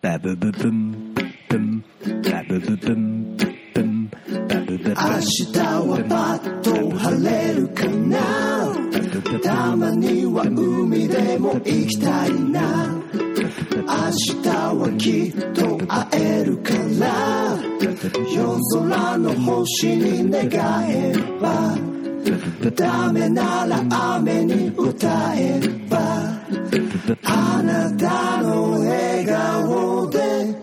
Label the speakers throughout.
Speaker 1: バブブブンブンバブブブンブンバブブブン
Speaker 2: 明日はパッと晴れるかなたまには海でも行きたいな明日はきっと会えるから夜空の星に願えばダメなら雨に歌えばあなたの笑顔で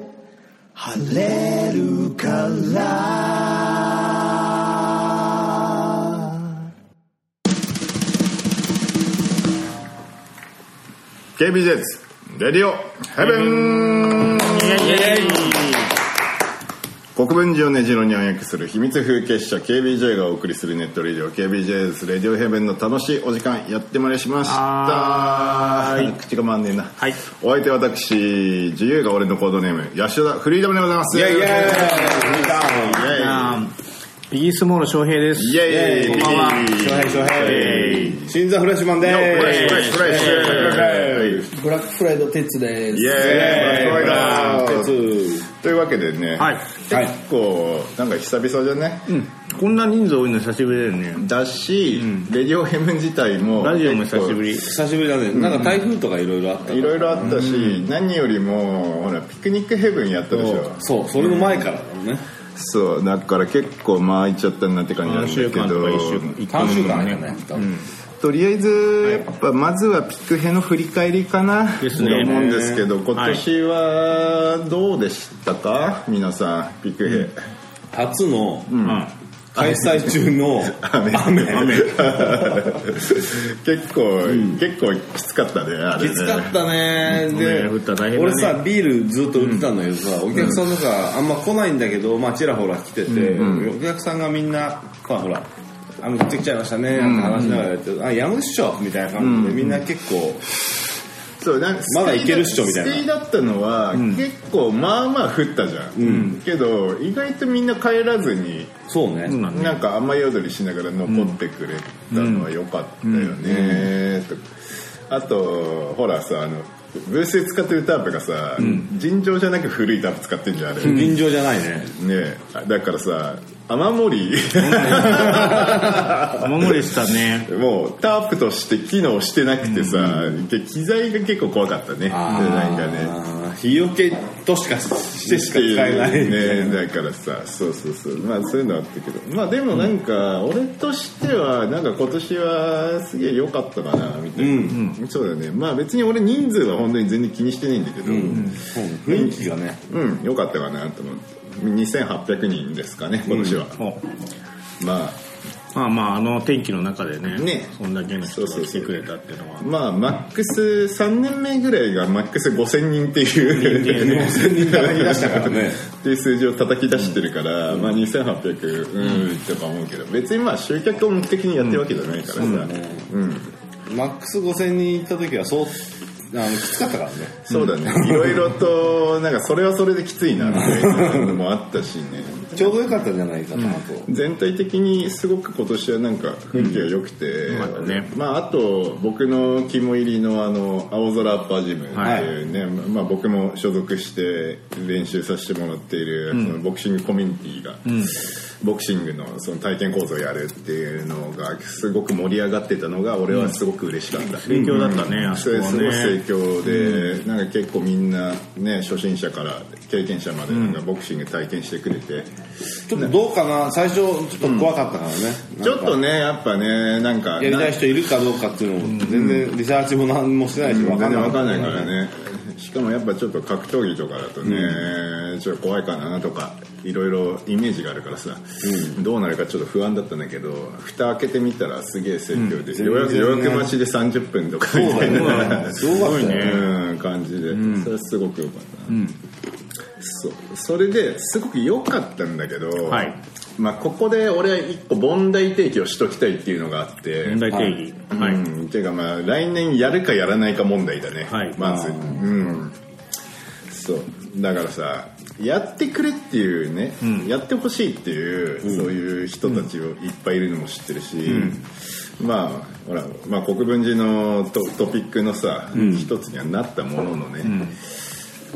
Speaker 2: 晴れるから」
Speaker 3: KBJ レディオヘブン国分寺をねじろに暗躍する秘密風景社 KBJ がお送りするネットレディオ KBJ レディオヘブンの楽しいお時間やってまいりました 口が回んねえな、
Speaker 4: はい
Speaker 3: お相手は私自由が俺のコードネームヤシオダフリーダムでございますイエイイエイイエ
Speaker 4: あービギースモール翔平です。
Speaker 3: イエイ
Speaker 4: こんばんは。
Speaker 5: 新座フラッシュマンで
Speaker 3: フレッシュフレッシュフレッシュ
Speaker 6: ブラックフライド鉄です。
Speaker 3: イエーイブラックフライダー
Speaker 5: す。
Speaker 3: というわけでね、
Speaker 4: はい
Speaker 3: 結構なんか久々じゃね、
Speaker 4: こんな人数多いの久しぶりだよね。
Speaker 3: だし、レディオヘム自体も
Speaker 4: ラジオも久しぶり。
Speaker 5: 久しぶりだね。なんか台風とかいろいろあった
Speaker 3: いろいろあったし、何よりもほらピクニックヘブンやったでしょ
Speaker 5: そう、それの前からだもんね。
Speaker 3: そうだから結構巻いちゃったなって感じなん
Speaker 4: 3
Speaker 3: だ
Speaker 4: 週
Speaker 3: け
Speaker 4: 間と
Speaker 3: ど
Speaker 4: か1週間。一
Speaker 5: 3週間あるよね。
Speaker 3: とりあえずやっぱまずはピクヘの振り返りかなと
Speaker 4: ですね
Speaker 3: 思うんですけど今年はどうでしたか、皆さんピクヘ、
Speaker 5: 初の開催中の
Speaker 3: 雨
Speaker 5: 雨。
Speaker 3: 結構、結構きつかったねあれね
Speaker 5: きつかったね。で、
Speaker 4: 雨降ったら大変だね
Speaker 5: 俺さ、ビールずっと売ってたんだけどさ、お客さんとかあんま来ないんだけど、まあちらほら来てて、お客さんがみんな、まあほら、雨降ってきちゃいましたね、なんて話しながらやって、あ、やむっしょみたいな感じで、みんな結構、
Speaker 3: そうなんか
Speaker 5: まだいけるっしょみたいな
Speaker 3: ステイだったのは、結構まあまあ降ったじゃん、けど意外とみんな帰らずに
Speaker 5: そうね。
Speaker 3: なんか雨宿りしながら残ってくれたのは良かったよね、とあとほらさあのブースで使ってるタープがさ、尋常じゃなく古いタープ使ってんじゃんあれ、ね
Speaker 5: 尋常じゃないね。
Speaker 3: えだからさ雨漏り
Speaker 4: 雨漏りしたね。
Speaker 3: もうタープとして機能してなくてさ、で機材が結構怖かったねなんかね
Speaker 5: あー日よけとしかしてしか使えないみたいな
Speaker 3: ねだからさそうそうそうまあそういうのあったけどまあでもなんか俺としてはなんか今年はすげえ良かったかなみたいな、そうだねまあ別に俺人数は本当に全然気にしてないんだけどうん
Speaker 5: 雰囲気がね
Speaker 3: 良、かったかなと思って2800人ですかね今年は、
Speaker 4: お
Speaker 3: まあ
Speaker 4: まあまあ、あの天気の中でね。
Speaker 3: ね
Speaker 4: そんだけの人が
Speaker 3: そうそう
Speaker 4: 来
Speaker 3: そう
Speaker 4: てくれたっていうのは。
Speaker 3: まあマックス3年目ぐらいがマックス5000人っていう
Speaker 5: 人間叩き出したから ね
Speaker 3: っていう数字を叩き出してるから、まあ2800うんとか思うけど別にまあ集客を目的にやってるわけじゃないからさ、
Speaker 5: マックス5000人行った時はそうあのきつかったからね
Speaker 3: そうだねいろいろとなんかそれはそれできついなっていうのもあったしね
Speaker 5: ちょうどよかったんじゃないかなと、
Speaker 3: 全体的にすごく今年はなんか雰囲気が良くて、
Speaker 4: かったね
Speaker 3: まああと僕の肝入りのあの青空アッパージムっていうね、まあ僕も所属して練習させてもらっているそのボクシングコミュニティが、ボクシングのその体験講座をやるっていうのがすごく盛り上がってたのが俺はすごく嬉しかった。
Speaker 4: 勉強だったね、あ
Speaker 3: そ
Speaker 4: そこ
Speaker 3: れ
Speaker 4: は
Speaker 3: すごい盛
Speaker 4: ね。
Speaker 3: 況で、なんか結構みんなね初心者から経験者までなんかボクシング体験してくれて、
Speaker 5: ちょっとどうかな最初ちょっと怖かったからね、
Speaker 3: ちょっとねやっぱねなんか
Speaker 5: やりたい人いるかどうかっていうのも全然リサーチも何もしてないし分
Speaker 3: 全
Speaker 5: かん
Speaker 3: 然
Speaker 5: な
Speaker 3: わ
Speaker 5: か
Speaker 3: かん
Speaker 5: っ
Speaker 3: ない
Speaker 5: た
Speaker 3: からねしかもやっぱちょっと格闘技とかだとね、ちょっと怖いかなとかいろいろイメージがあるからさ、どうなるかちょっと不安だったんだけど蓋開けてみたらすげえ盛況で、予約予約待ちで30分とかみたい
Speaker 5: そうだ
Speaker 3: な
Speaker 5: ねすごかったよね
Speaker 3: うん感じで、それはすごく良かったな、そうそれですごく良かったんだけど、
Speaker 4: はい
Speaker 3: まあ、ここで俺は一個問題提起をしときたいっていうのがあって
Speaker 4: 問題定義。は
Speaker 3: う
Speaker 4: い。
Speaker 3: ん、ていうかまあ来年やるかやらないか問題だね、
Speaker 4: はい
Speaker 3: まずうんそうだからさやってくれっていうね、やってほしいっていう、そういう人たちをいっぱいいるのも知ってるし、まあほら、まあ、国分寺のトトピックのさ、一つにはなったもののね、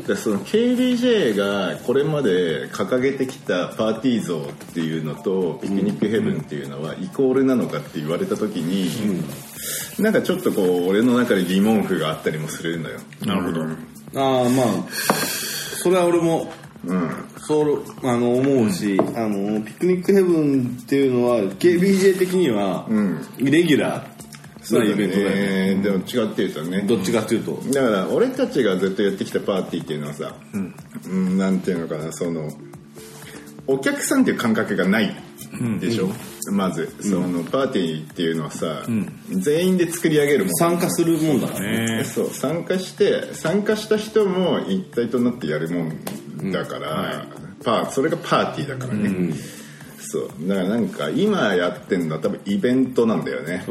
Speaker 3: でその KDJ がこれまで掲げてきたパーティー像っていうのとピクニックヘブンっていうのはイコールなのかって言われた時に、なんかちょっとこう俺の中で疑問符があったりもするんだよ
Speaker 4: なるほど。
Speaker 5: ああまあそれは俺も
Speaker 3: うん
Speaker 5: そうあの思うし、あのピクニックヘブンっていうのは KBJ 的には
Speaker 3: ん
Speaker 5: イレギュラー
Speaker 3: そう
Speaker 5: な
Speaker 3: だ
Speaker 5: イベントだよね
Speaker 3: ねでも違ってるとね
Speaker 5: どっちかっていうと
Speaker 3: だから俺たちがずっとやってきたパーティーっていうのはさ、うん、なんていうのかなそのお客さんっていう感覚がないでしょ、まずそのパーティーっていうのはさ、全員で作り上げるもん
Speaker 5: 参加するもんだから ね
Speaker 4: え
Speaker 3: そう参加して参加した人も一体となってやるもんだから、パーそれがパーティーだからね、そうだからなんか今やってんのは多分イベントなんだよね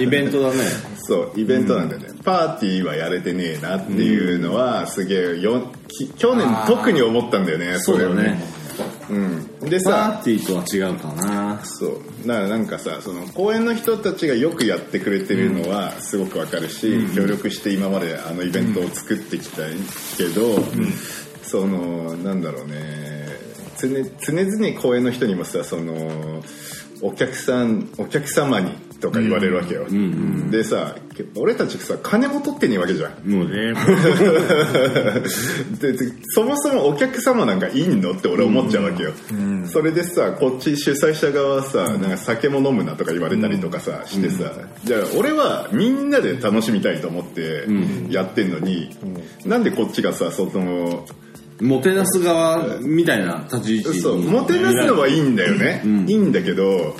Speaker 5: イベントだね
Speaker 3: そうイベントなんだよね、パーティーはやれてねえなっていうのは、すげえよき去年特に思ったんだよねそれをうんで
Speaker 5: パ
Speaker 3: さ
Speaker 5: ーティーとは違うかな
Speaker 3: そうだからなんかさその公園の人たちがよくやってくれてるのはすごくわかるし、協力して今まであのイベントを作ってきたけど、そのなんだろうね常常々公園の人にもさそのお客さんお客様にとか言われるわけよ、でさ俺たちさ金も取ってねえわけじゃん
Speaker 4: もうね、
Speaker 3: ででそもそもお客様なんかいんのって俺思っちゃうわけよ、それでさこっち主催者側はさ、なんか酒も飲むなとか言われたりとかさ、してさ、じゃあ俺はみんなで楽しみたいと思ってやってんのに、なんでこっちがさその
Speaker 5: もてなす側みたいな立ち位置
Speaker 3: そうもてなすのはいいんだよね、いいんだけど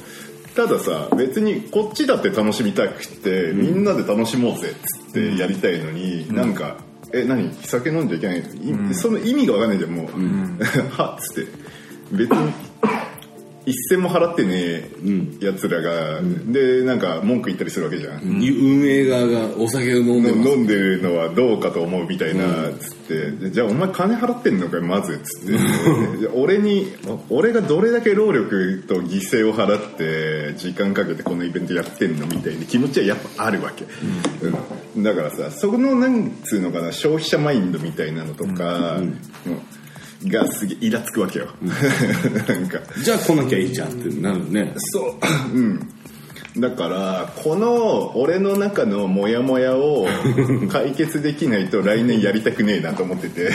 Speaker 3: たださ別にこっちだって楽しみたくて、みんなで楽しもうぜっつってやりたいのに、なんか「え何酒飲んじゃいけない」いその意味が分かんないじゃんもう「 はっ」つって別に一銭も払ってねえやつらが、でなんか文句言ったりするわけじゃん、
Speaker 5: 運営側がお酒を飲んでます
Speaker 3: 飲んでるのはどうかと思うみたいなつって、じゃあお前金払ってんのかよまずつって いや俺に俺がどれだけ労力と犠牲を払って時間かけてこのイベントやってんのみたいな気持ちはやっぱあるわけ、うんだからさそこのなんつうのかな消費者マインドみたいなのとか、うんがすげえイラつくわけよ、 なんか
Speaker 5: じゃあ来なきゃいいじゃんってなるね
Speaker 3: そう、うん、だからこの俺の中のモヤモヤを解決できないと来年やりたくねえなと思ってて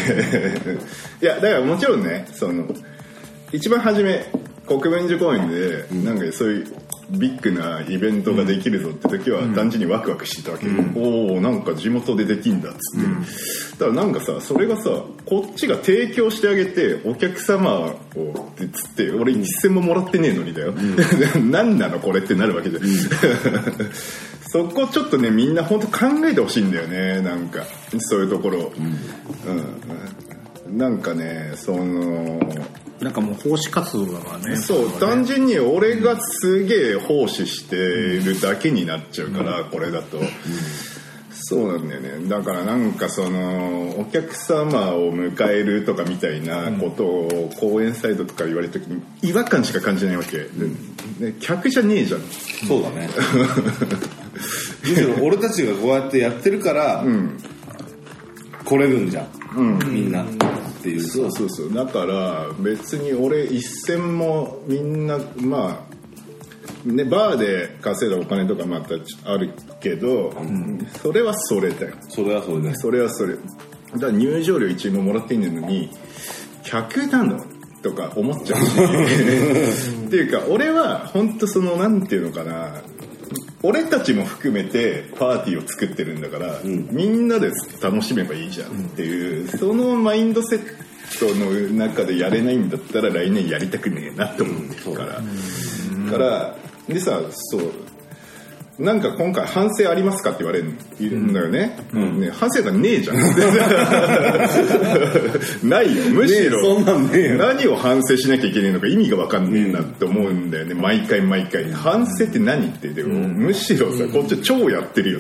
Speaker 3: いやだからもちろんねその一番初め国分寺公園でなんかそういうビッグなイベントができるぞって時は単純にワクワクしてたわけ、おおなんか地元でできんだっつって、だからなんかさそれがさこっちが提供してあげてお客様をってつって俺一銭ももらってねえのにだよ、何 なのこれってなるわけじゃん、 そこちょっとねみんな本当考えてほしいんだよねなんかそういうところをうん、なんかねその
Speaker 4: なんかもう奉仕活動だからね。
Speaker 3: そう
Speaker 4: これはね
Speaker 3: 単純に俺がすげえ奉仕してるだけになっちゃうから、これだと、そうなんだよねだからなんかそのお客様を迎えるとかみたいなことを公演サイドとか言われた時に違和感しか感じないわけ、でね客じゃねえじゃん
Speaker 5: そうだねむしろ俺たちがこうやってやってるから、来れるんじゃん、みんなっていう
Speaker 3: そうそうそうだから別に俺一銭もみんなまあねバーで稼いだお金とかまたあるけど、それはそれだよ
Speaker 5: それはそれ で
Speaker 3: それはそれだから入場料1円ももらっていないのに客なのとか思っち ゃうしっていうか俺は本当そのなんていうのかな俺たちも含めてパーティーを作ってるんだから、みんなで楽しめばいいじゃんっていう、そのマインドセットの中でやれないんだったら来年やりたくねえなと思ってるから、からでさそうなんか今回反省ありますかって言われるんだよね,、ね反省がねえじゃん ないよむしろ、
Speaker 5: ねえそんなんねえよ
Speaker 3: 何を反省しなきゃいけないのか意味が分かんねえなって思うんだよね毎回毎回反省って何ってでもむしろさこっちは超やってるよ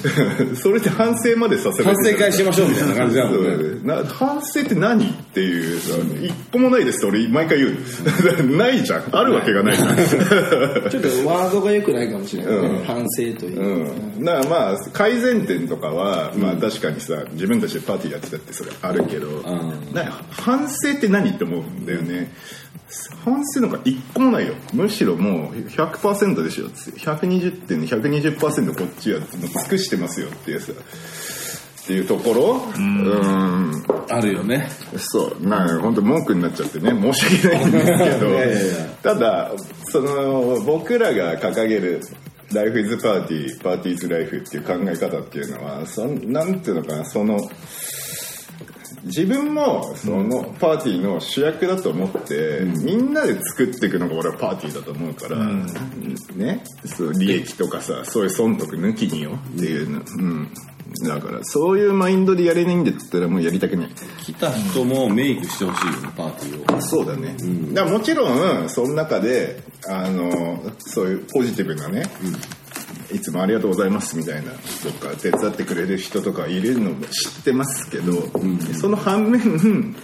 Speaker 3: それで反省までさせら
Speaker 5: 反
Speaker 3: れて
Speaker 5: 省会しましょうみたいな感じだもんね
Speaker 3: そうな反省って何っていうさ一個もないですって俺毎回 言うないじゃんあるわけがないじゃん
Speaker 6: ちょっとワードが良くないかもしれない、ね
Speaker 3: うん
Speaker 6: 反省という。
Speaker 3: うん、だからまあ改善点とかは、まあ確かにさ自分たちでパーティーやってたってそれあるけど、なんか反省って何って思うんだよね反省なんか一個もないよむしろもう100%でしょつ120点で120%こっちやってもう尽くしてますよっていうさっていうところうん
Speaker 5: あるよね。
Speaker 3: そうまあ本当文句になっちゃってね申し訳ないんですけどただその僕らが掲げる「ライフイズパーティーパーティーズライフ」っていう考え方っていうのはそんなんていうのかなその自分もそのパーティーの主役だと思って、みんなで作っていくのが俺はパーティーだと思うから、ねそう利益とかさそういう損得抜きによっていうの、うん、だからそういうマインドでやれないんだったらもうやりたくない。
Speaker 5: 来た人もメイクしてほしいよね、パーティーを。
Speaker 3: そうだね、だからもちろんその中であのそういうポジティブなね、いつもありがとうございますみたいなとか手伝ってくれる人とかいるのも知ってますけど、その反面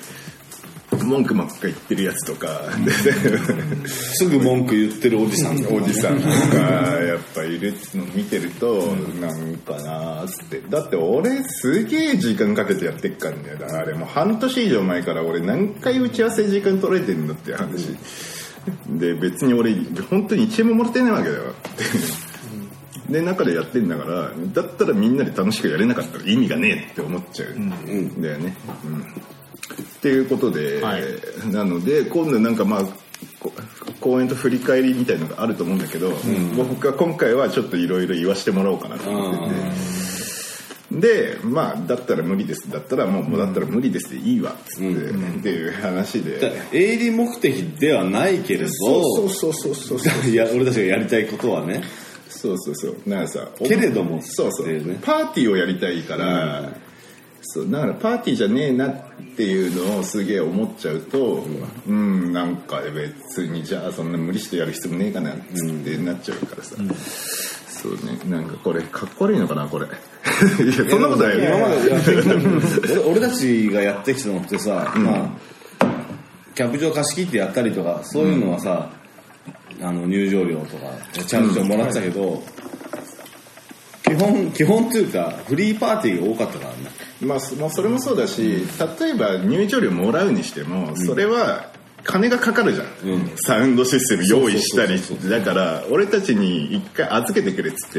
Speaker 3: 文句ばっか言ってるやつとか、
Speaker 5: すぐ文句言ってるおじさんが。
Speaker 3: おじさんとかやっぱいるの見てると、なんかなーっつってだって俺すげえ時間かけてやってっかんだよだからあれもう半年以上前から俺何回打ち合わせ時間取れてんだっていう話、で別に俺本当に1円ももらってないわけだよってで中でやってんだからだったらみんなで楽しくやれなかったら意味がねえって思っちゃうんだよね、うんっていうことで、なので今度なんかまあこ公演と振り返りみたいのがあると思うんだけど、僕は今回はちょっといろいろ言わしてもらおうかなと思っててでまあだったら無理ですだったらもう、もうだったら無理ですでいいわっつって、っていう話
Speaker 5: だ
Speaker 3: で。
Speaker 5: 営利目的ではないけれど、
Speaker 3: そうそうそうそうそう
Speaker 5: いや俺たちがやりたいことはね、
Speaker 3: そうそうそうなんかさ
Speaker 5: けれども
Speaker 3: そうそう、
Speaker 5: っていうね
Speaker 3: パーティーをやりたいから、そうだからパーティーじゃねえなっていうのをすげえ思っちゃうとうん、なんか別にじゃあそんな無理してやる必要もねえかなっつってなっちゃうからさ、そうねなんかこれかっこ悪いのかな これいやそんなことない
Speaker 5: 今ま
Speaker 3: よ
Speaker 5: でやってきたの 俺俺たちがやってきたのってさ、まあキャンプ場貸し切ってやったりとかそういうのはさ、あの入場料とかちゃんともらってたけど、基本基本というかフリーパーティーが多かったからね
Speaker 3: まあ、そまあそれもそうだし例えば入場料もらうにしてもそれは金がかかるじゃん、サウンドシステム用意したり
Speaker 5: そうそう
Speaker 3: だから俺たちに一回預けてくれっつっ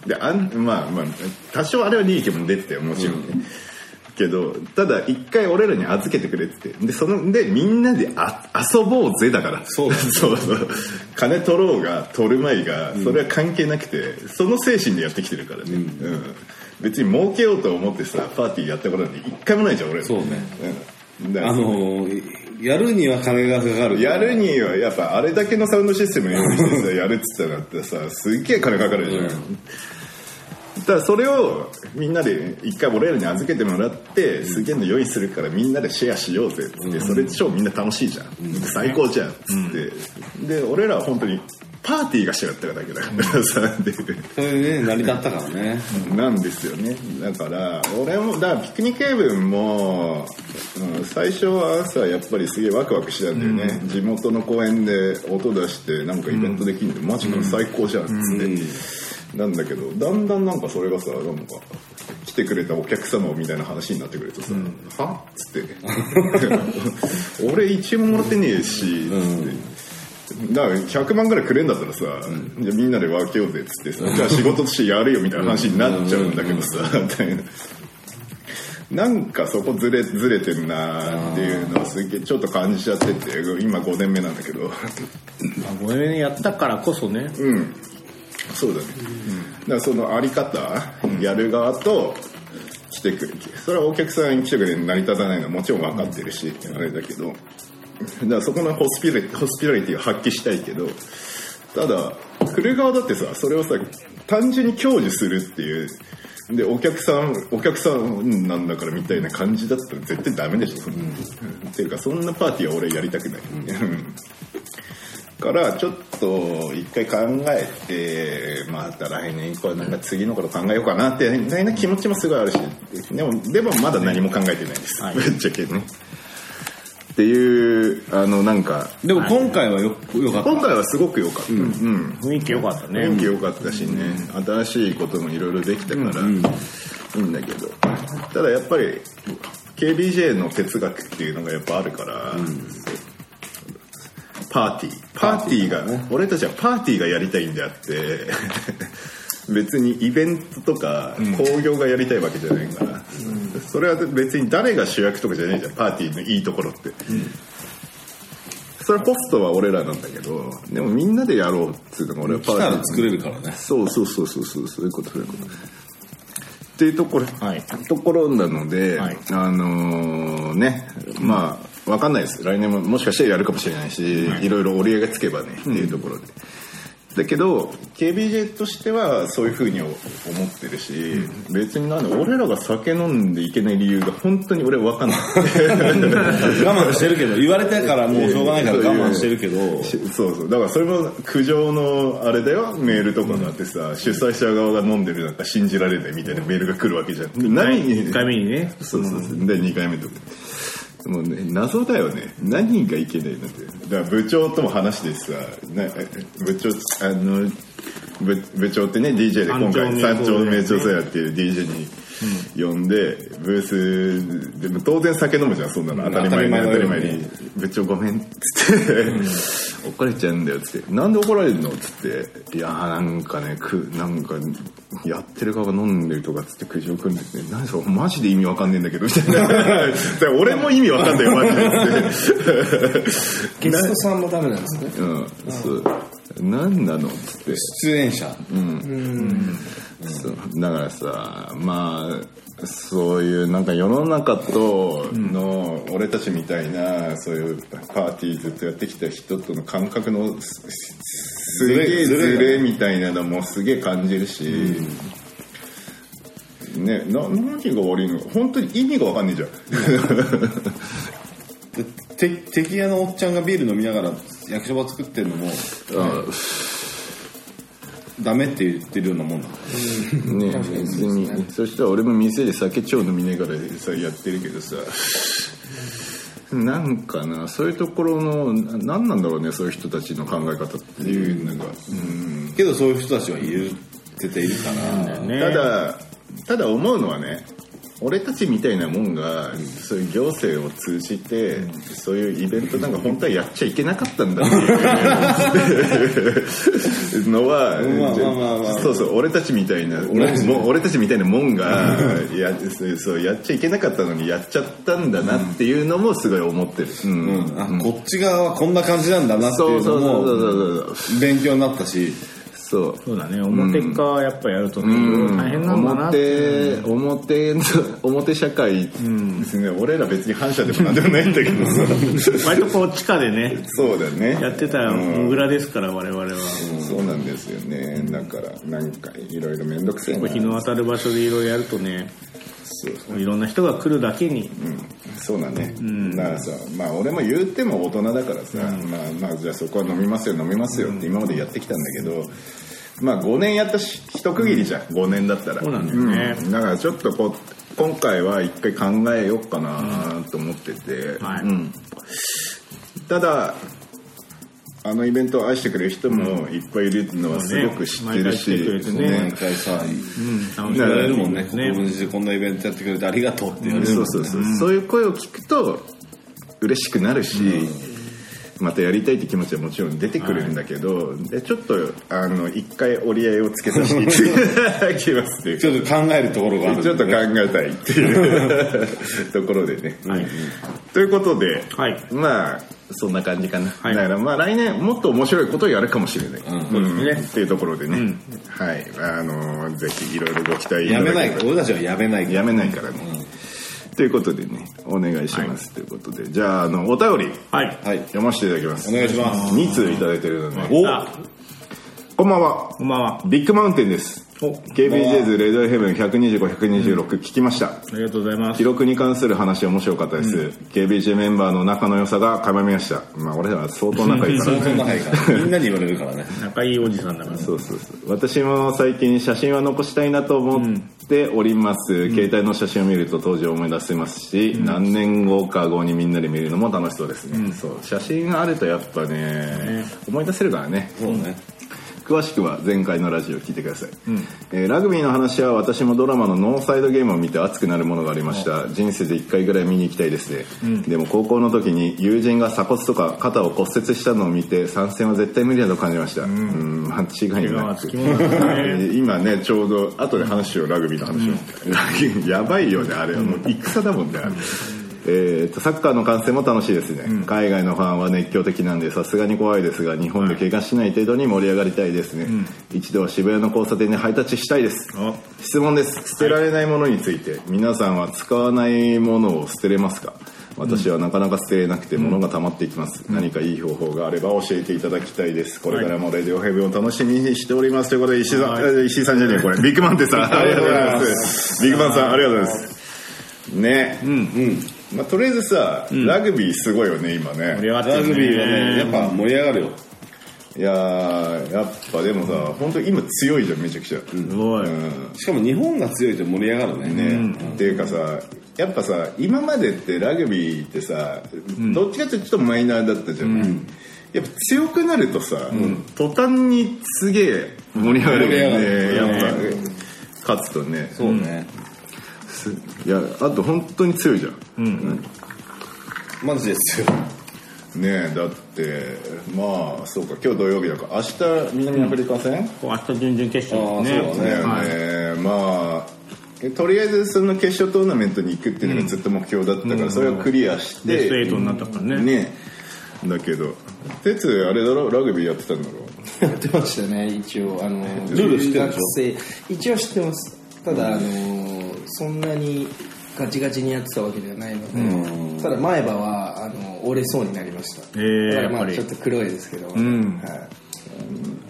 Speaker 3: て、であんまあまあ多少あれは利益も出てたよもちろんね、けどただ一回俺らに預けてくれっつってでそのでみんなであ遊ぼうぜだから
Speaker 5: そ う
Speaker 3: そうそう金取ろうが取るまいがそれは関係なくて、その精神でやってきてるからね、うん別に儲けようと思ってさパーティーやったことなんて一回もないじゃん俺
Speaker 5: そうね、
Speaker 3: うん、だから
Speaker 5: あのやるには金がかかる
Speaker 3: やるにはやっぱあれだけのサウンドシステム用意してさやるっつったらってさすっげえ金かかるじゃん、ただそれをみんなで一回俺らに預けてもらってすげえの用意するからみんなでシェアしようぜっつってそれ超みんな楽しいじゃん、最高じゃんっつって、で俺らは本当にパーティーがしたかっただけだからさ、で
Speaker 5: それでね成り立ったからね、
Speaker 3: なんですよねだから俺もだからピクニック英文も、うん、最初はさやっぱりすげえワクワクしてたんだよね、地元の公園で音出してなんかイベントできんの、マジか最高じゃんっつって、なんだけどだんだんなんかそれがさなんか来てくれたお客様みたいな話になってくるとさ「はっ?」つって「俺1円ももらって ねえし」つって。だから100万ぐらいくれんだったらさ、じゃあみんなで分けようぜっつってさ、じゃあ仕事としてやるよみたいな話になっちゃうんだけどさ、みたいな。なんかそこずれ、ずれてんなっていうのをすげえちょっと感じちゃってて、今5年目なんだけど。
Speaker 4: まあ、5年やったからこそね、
Speaker 3: うん。そうだね。だからそのあり方、やる側と、来てくる。それはお客さんに来てくれる成り立たないのはもちろん分かってるし、あれだけど、だからそこのホスピリホスピラリティを発揮したいけど、ただ、来る側だってさ、それをさ、単純に享受するっていう、で、お客さん、お客さんなんだからみたいな感じだったら絶対ダメでしょ。っていうか、そんなパーティーは俺やりたくない。からちょっと一回考えてまた来年以降はなんか次のこと考えようかなってみたいな気持ちもすごいあるしでもでもまだ何も考えてないです、ぶっちゃけねっていうあのなんか
Speaker 5: でも今回はよよかった
Speaker 3: 今回はすごく良かった、うん
Speaker 4: 雰囲気良かったね
Speaker 3: 天気良かったしね、新しいこともいろいろできたからいいんだけど、ただやっぱり KBJ の哲学っていうのがやっぱあるから、パーティーパーティーが俺たちはパーティーがやりたいんであって別にイベントとか興行がやりたいわけじゃないから、それは別に誰が主役とかじゃないじゃんパーティーのいいところって、それホストは俺らなんだけどでもみんなでやろうっつうのが俺はパー
Speaker 5: 来た
Speaker 3: ティ
Speaker 5: ら
Speaker 3: ー
Speaker 5: 作れるからね
Speaker 3: そうそうそうそうそうそういうことそういうこと。っていうところ、ところなので、あのーねまあわかんないです来年ももしかしたらやるかもしれないし、い、ろいろ折り合いがつけばね、っていうところで。だけど KBJ としてはそういうふうに思ってるし、別になんで俺らが酒飲んでいけない理由が本当に俺わかん ない
Speaker 5: 我慢してるけど言われてからもうしょうがないから我慢してるけど
Speaker 3: しそうそうだからそれも苦情のあれだよメールとかがあってさ、主催者側が飲んでるなんか信じられないみたいなメールが来るわけじゃん何に
Speaker 4: 1回目にね
Speaker 3: そうそうそうで2回目とかもうね謎だよね何がいけないのってだから部長とも話してさな部長あの部部長ってね DJ で今回三
Speaker 4: 三
Speaker 3: 丁
Speaker 4: 丁
Speaker 3: の
Speaker 4: 目
Speaker 3: 名調査やっていう DJ に呼んで、ブースでも当然酒飲むじゃんそんなの当たり前に
Speaker 5: 当
Speaker 3: 当
Speaker 5: た
Speaker 3: た
Speaker 5: り
Speaker 3: り前
Speaker 5: 前のように
Speaker 3: に「部長ごめん」っつって、怒られちゃうんだよ」っつって「なんで怒られるの?」っつって「いやーなんかねくなんかやってる側が飲んでるとかっつって苦情くんでて「何それマジで意味わかんねえんだけど」みたいな で「俺も意味わかんないよマジで」っつって
Speaker 6: ゲストさんもダメなんですね
Speaker 3: 「うんそう何なの?」っつって
Speaker 5: 出演者
Speaker 3: そうだからさまあそういうなんか世の中との俺たちみたいなそういうパーティーずっとやってきた人との感覚のすすげえ
Speaker 5: ずれ
Speaker 3: ずれみたいなのもすげえ感じるし、ねな何が悪いのか本当に意味が分かんねえじゃん、
Speaker 5: て敵屋のおっちゃんがビール飲みながら焼きそば作ってるのもダメって言ってるようなもんだ
Speaker 3: ね別にそしたら俺も店で酒超飲みながらさやってるけどさなんかなそういうところのな何なんだろうねそういう人たちの考え方っていうのが、
Speaker 5: けどそういう人たちはいるってているから
Speaker 3: うんただただ思うのはね俺たちみたいなもんがそういう行政を通じてそういうイベントなんか本当はやっちゃいけなかったんだって いうのは
Speaker 5: まあまあまあまあ
Speaker 3: そうそう俺たちみたいな俺も俺たちみたいなもんがやそうそうやっちゃいけなかったのにやっちゃったんだなっていうのもすごい思ってる、うん
Speaker 5: うんあこっち側はこんな感じなんだなってい
Speaker 3: そううそ
Speaker 5: の
Speaker 3: うそうそう
Speaker 5: も
Speaker 3: そう
Speaker 5: 勉強になったし
Speaker 3: そう
Speaker 4: そうだね表っ側やっぱやるとねいろいろ大変なんだなって
Speaker 3: 表表の表社会ですね、俺ら別に反社でもなんでもないんだけどさ
Speaker 4: 割とこう地下でね
Speaker 3: そうだね
Speaker 4: やってたモグラですから我々は
Speaker 3: そうなんですよねだからなんかいろいろ面倒くせえ
Speaker 4: こう
Speaker 3: な
Speaker 4: 日の当たる場所でいろいろやるとね
Speaker 3: そう
Speaker 4: いろんな人が来るだけに
Speaker 3: そうだね、だからさまあ俺も言うても大人だからさ、まあまあじゃあそこは飲みますよ飲みますよって今までやってきたんだけど、まあ5年やったし一区切りじゃん、5年だったら
Speaker 4: そうなんだよね
Speaker 3: うんだからちょっとこう今回は一回考えようかなと思ってて、
Speaker 4: はい
Speaker 3: うんただあのイベントを愛してくれる人もいっぱいいるのはすごく知ってるし、
Speaker 4: そうね毎回来てくれてね
Speaker 5: 毎回さ
Speaker 4: 楽し
Speaker 5: 言
Speaker 4: み
Speaker 5: わ
Speaker 4: に
Speaker 5: れるもんね
Speaker 4: ね
Speaker 5: この時でこんなイベントやってくれてありがとうって言われる
Speaker 3: そ
Speaker 5: も
Speaker 3: うんそうそう、そういう声を聞くと嬉しくなるし、またやりたいって気持ちはもちろん出てくるんだけど、でちょっとあの一回折り合いをつけさせていただきますっていう
Speaker 5: ちょっと考えるところがあ る
Speaker 3: ちょっと考えたいっていうところでね、
Speaker 4: はい
Speaker 3: ということで、
Speaker 4: はい
Speaker 3: まあそんな感じかな、
Speaker 4: い
Speaker 3: だからまあ来年もっと面白いことをやるかもしれない、うん
Speaker 4: そうですね
Speaker 3: っていうところでね、はいあのーぜひいろいろご期待い
Speaker 5: や
Speaker 3: ただけ
Speaker 5: め
Speaker 3: れば
Speaker 5: ない俺たちはやめない
Speaker 3: やめないからね。ということでね、お願いします、ということで。じゃあ、あの、お便り、
Speaker 4: はい
Speaker 5: はい
Speaker 3: 読ませていただきます。
Speaker 5: お願いし ます
Speaker 3: 2通いただいてるので。
Speaker 5: お
Speaker 4: あ
Speaker 3: こんばんは。
Speaker 4: こんばんは
Speaker 3: ビッグマウンテンです。 KBJ ズレディオヘブン125126聞きました、
Speaker 4: ありがとうございます
Speaker 3: 記。録に関する話面白かったです、KBJ メンバーの仲の良さが垣間見ましたまあ俺らは相当仲いいから
Speaker 5: 相 当長いからみんなに言われるからね
Speaker 4: 仲いいおじさんだから。
Speaker 3: そうそうそう私も最近写真は残したいなと思っております、携帯の写真を見ると当時を思い出せますし、何年後か後にみんなで見るのも楽しそうですね、そう写真があるとやっぱね思い出せるからね
Speaker 5: そうね
Speaker 3: 詳しくは前回のラジオを聞いてください、えーラグビーの話は私もドラマのノーサイドゲームを見て熱くなるものがありました人生で1回ぐらい見に行きたいですね、でも高校の時に友人が鎖骨とか肩を骨折したのを見て参戦は絶対無理だと感じましたうん間違いない
Speaker 4: 今はつきものだね
Speaker 3: 今ねちょうど後で話しようラグビーの話を、ラグビーやばいよねあれはもう戦だもんねあれえーとサッカーの観戦も楽しいですね、海外のファンは熱狂的なんでさすがに怖いですが日本で怪我しない程度に盛り上がりたいですね、一度は渋谷の交差点でハイタッチしたいです
Speaker 4: あ
Speaker 3: 質問です捨てられないものについて、皆さんは使わないものを捨てれますか私はなかなか捨てれなくて物が溜まっていきます、何かいい方法があれば教えていただきたいですこれからもレディオヘブンを楽しみにしておりますということで石井さん、え石井さんじゃねえこれビッグマンテさん ありがとうございますビッグマンさんありがとうございますねうんうんまあ、とりあえずさ、ラグビーすごいよね今ね
Speaker 4: 盛り上がって
Speaker 5: ラ
Speaker 4: る
Speaker 5: グビーはね
Speaker 4: ね。
Speaker 5: やっぱ盛り上がるよ
Speaker 3: いやーやっぱでもさ、本当に今強いじゃんめちゃくちゃ、
Speaker 4: すごい。
Speaker 5: しかも日本が強いと盛り上がるね
Speaker 3: ね、っていうかさやっぱさ今までってラグビーってさ、どっちかっていうとちょっとマイナーだったじゃん、やっぱ強くなるとさ、途端にすげえ盛り上がるよね
Speaker 5: 盛り上が
Speaker 3: やっぱ勝つとね
Speaker 5: そうね
Speaker 3: すいやあと本当に強いじゃん、
Speaker 5: マジですよ
Speaker 3: ねえだってまあそうか今日土曜日だから明日南アフリカ戦、
Speaker 4: こう明日準々決勝
Speaker 5: あー
Speaker 4: です
Speaker 5: そう
Speaker 4: ね。
Speaker 3: だよ
Speaker 4: はい
Speaker 3: ね、まあえとりあえずその決勝トーナメントに行くっていうのがずっと目標だったから、それをクリアして
Speaker 4: ベスト8になったからね。
Speaker 3: ねだけど哲あれだろラグビーやってたんだろ
Speaker 6: やってましたね一応あの
Speaker 5: ルール知ってるでしょ
Speaker 6: 中学生一応知ってますただあのそんなにガチガチにやってたわけではないのでただ前歯はあの折れそうになりました
Speaker 4: へー
Speaker 6: だから
Speaker 4: や
Speaker 6: ま
Speaker 4: っ
Speaker 6: あ
Speaker 4: ぱり
Speaker 6: ちょっと黒いですけど、
Speaker 4: ん
Speaker 6: は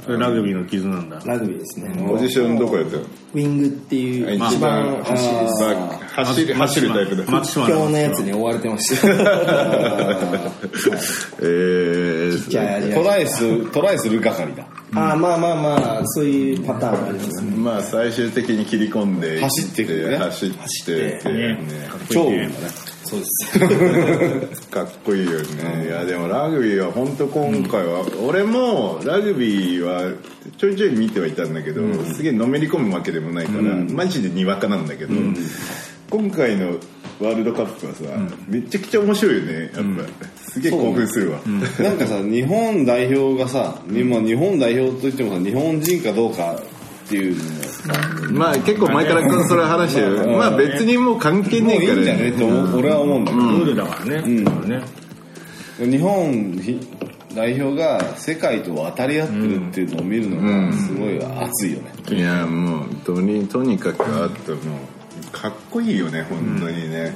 Speaker 4: それラグビーの傷なんだ
Speaker 6: い、。ラグビーですね
Speaker 3: ポジションどこやってたの
Speaker 6: ウィングっていう
Speaker 3: あ
Speaker 6: 一番あ
Speaker 3: 走る
Speaker 6: ー
Speaker 3: まあ走る走るタイプだ
Speaker 4: 松島
Speaker 6: 今日のやつ
Speaker 4: に。
Speaker 6: に追われてましたあ
Speaker 3: えー
Speaker 6: ーじゃあじゃあ
Speaker 5: トライすトライする係だ
Speaker 6: あーまあまあまあそういうパターンはありますね
Speaker 3: まあ最終的に切り込んで
Speaker 5: 走ってくるね
Speaker 3: 走ってって
Speaker 4: ね
Speaker 3: ね
Speaker 5: 超運だね
Speaker 6: そうです
Speaker 3: かっこいいよねいやでもラグビーは本当今回は、俺もラグビーはちょいちょい見てはいたんだけど、すげえのめり込むわけでもないから、マジでにわかなんだけど、今回のワールドカップはさ、めちゃくちゃ面白いよねやっぱ、すげえ興奮するわ、
Speaker 5: なんかさ日本代表がさ、今日本代表といってもさ日本人かどうかっていうのも
Speaker 3: まあ結構前からそれ話してるまあ別にもう関係
Speaker 5: もう
Speaker 3: ね
Speaker 5: い
Speaker 3: え
Speaker 5: い
Speaker 3: から
Speaker 5: んじゃねって思う、俺は思うんだけ
Speaker 4: ルールだからね。だからね
Speaker 5: ど、日本ひ代表が世界と渡り合ってるっていうのを見るのがすごい熱いよね、
Speaker 3: いやもうとにとにかくあともうかっこいいよね本当にね、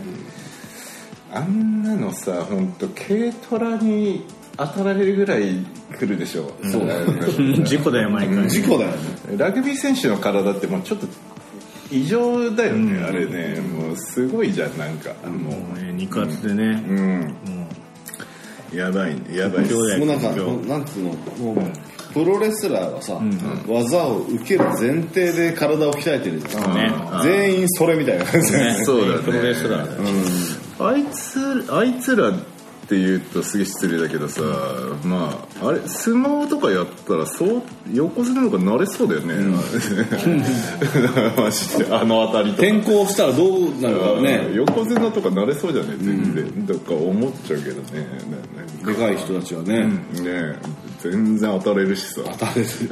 Speaker 3: あんなのさ本当軽トラに当たられるぐらい来るでしょ、う
Speaker 4: 事故だよ、毎回。
Speaker 5: 事故だよね
Speaker 3: ラグビー選手の体ってもうちょっと異常だよね、あれねもうすごいじゃんなんかもう
Speaker 4: もうね肉厚でね。
Speaker 3: うん、やばいねやばいっす
Speaker 4: そうだよ
Speaker 5: もうなんか
Speaker 4: 今日
Speaker 5: なんつうのもうプロレスラーはさ、技を受ける前提で体を鍛えてるじゃん、
Speaker 4: ね
Speaker 5: 全員それみたいな感じ
Speaker 4: ね
Speaker 3: そうだね
Speaker 4: プロレスラーだよ
Speaker 3: あいつあいつらって言うとすげえ失礼だけどさ、まああれ相撲とかやったらそう横綱の方が慣れそうだよね、 マジであの辺りとか
Speaker 5: 転校したらどうなるか
Speaker 3: うん
Speaker 5: ね
Speaker 3: 横綱とか慣れそうじゃない全然、とか思っちゃうけどね
Speaker 5: でかい人たちはね、
Speaker 3: ね全然当たれるしさ
Speaker 5: 当たれる
Speaker 3: し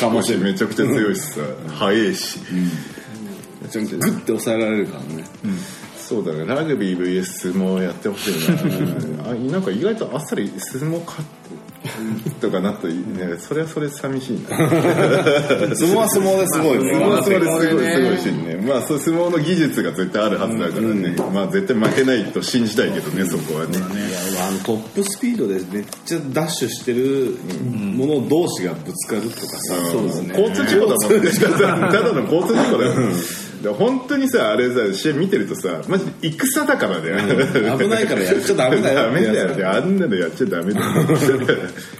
Speaker 3: かも しめちゃくちゃ強いしさ、速いし、
Speaker 5: グッて抑えられるからね、
Speaker 3: そうだねラグビー VS 相撲やってほしいなあなんか意外とあっさり相撲勝ってとかなっとねそれはそれ寂しいな相
Speaker 5: 相撲は相撲ですごいね。
Speaker 3: 撲はそれすごいすご
Speaker 6: ね
Speaker 3: いしねまあそう相撲の技術が絶対あるはずだからね、まあ絶対負けないと信じたいけどねそこはね
Speaker 5: いやあのトップスピードでめっちゃダッシュしてるもの同士がぶつかるとかさ、
Speaker 3: 交通事故だもんねただ の交通事故だよで本当にさあれさ試合見てるとさマジで戦だからね、
Speaker 5: 危ないからやっちゃダメだよ
Speaker 3: ダ メだよねあんなのやっちゃダメだよ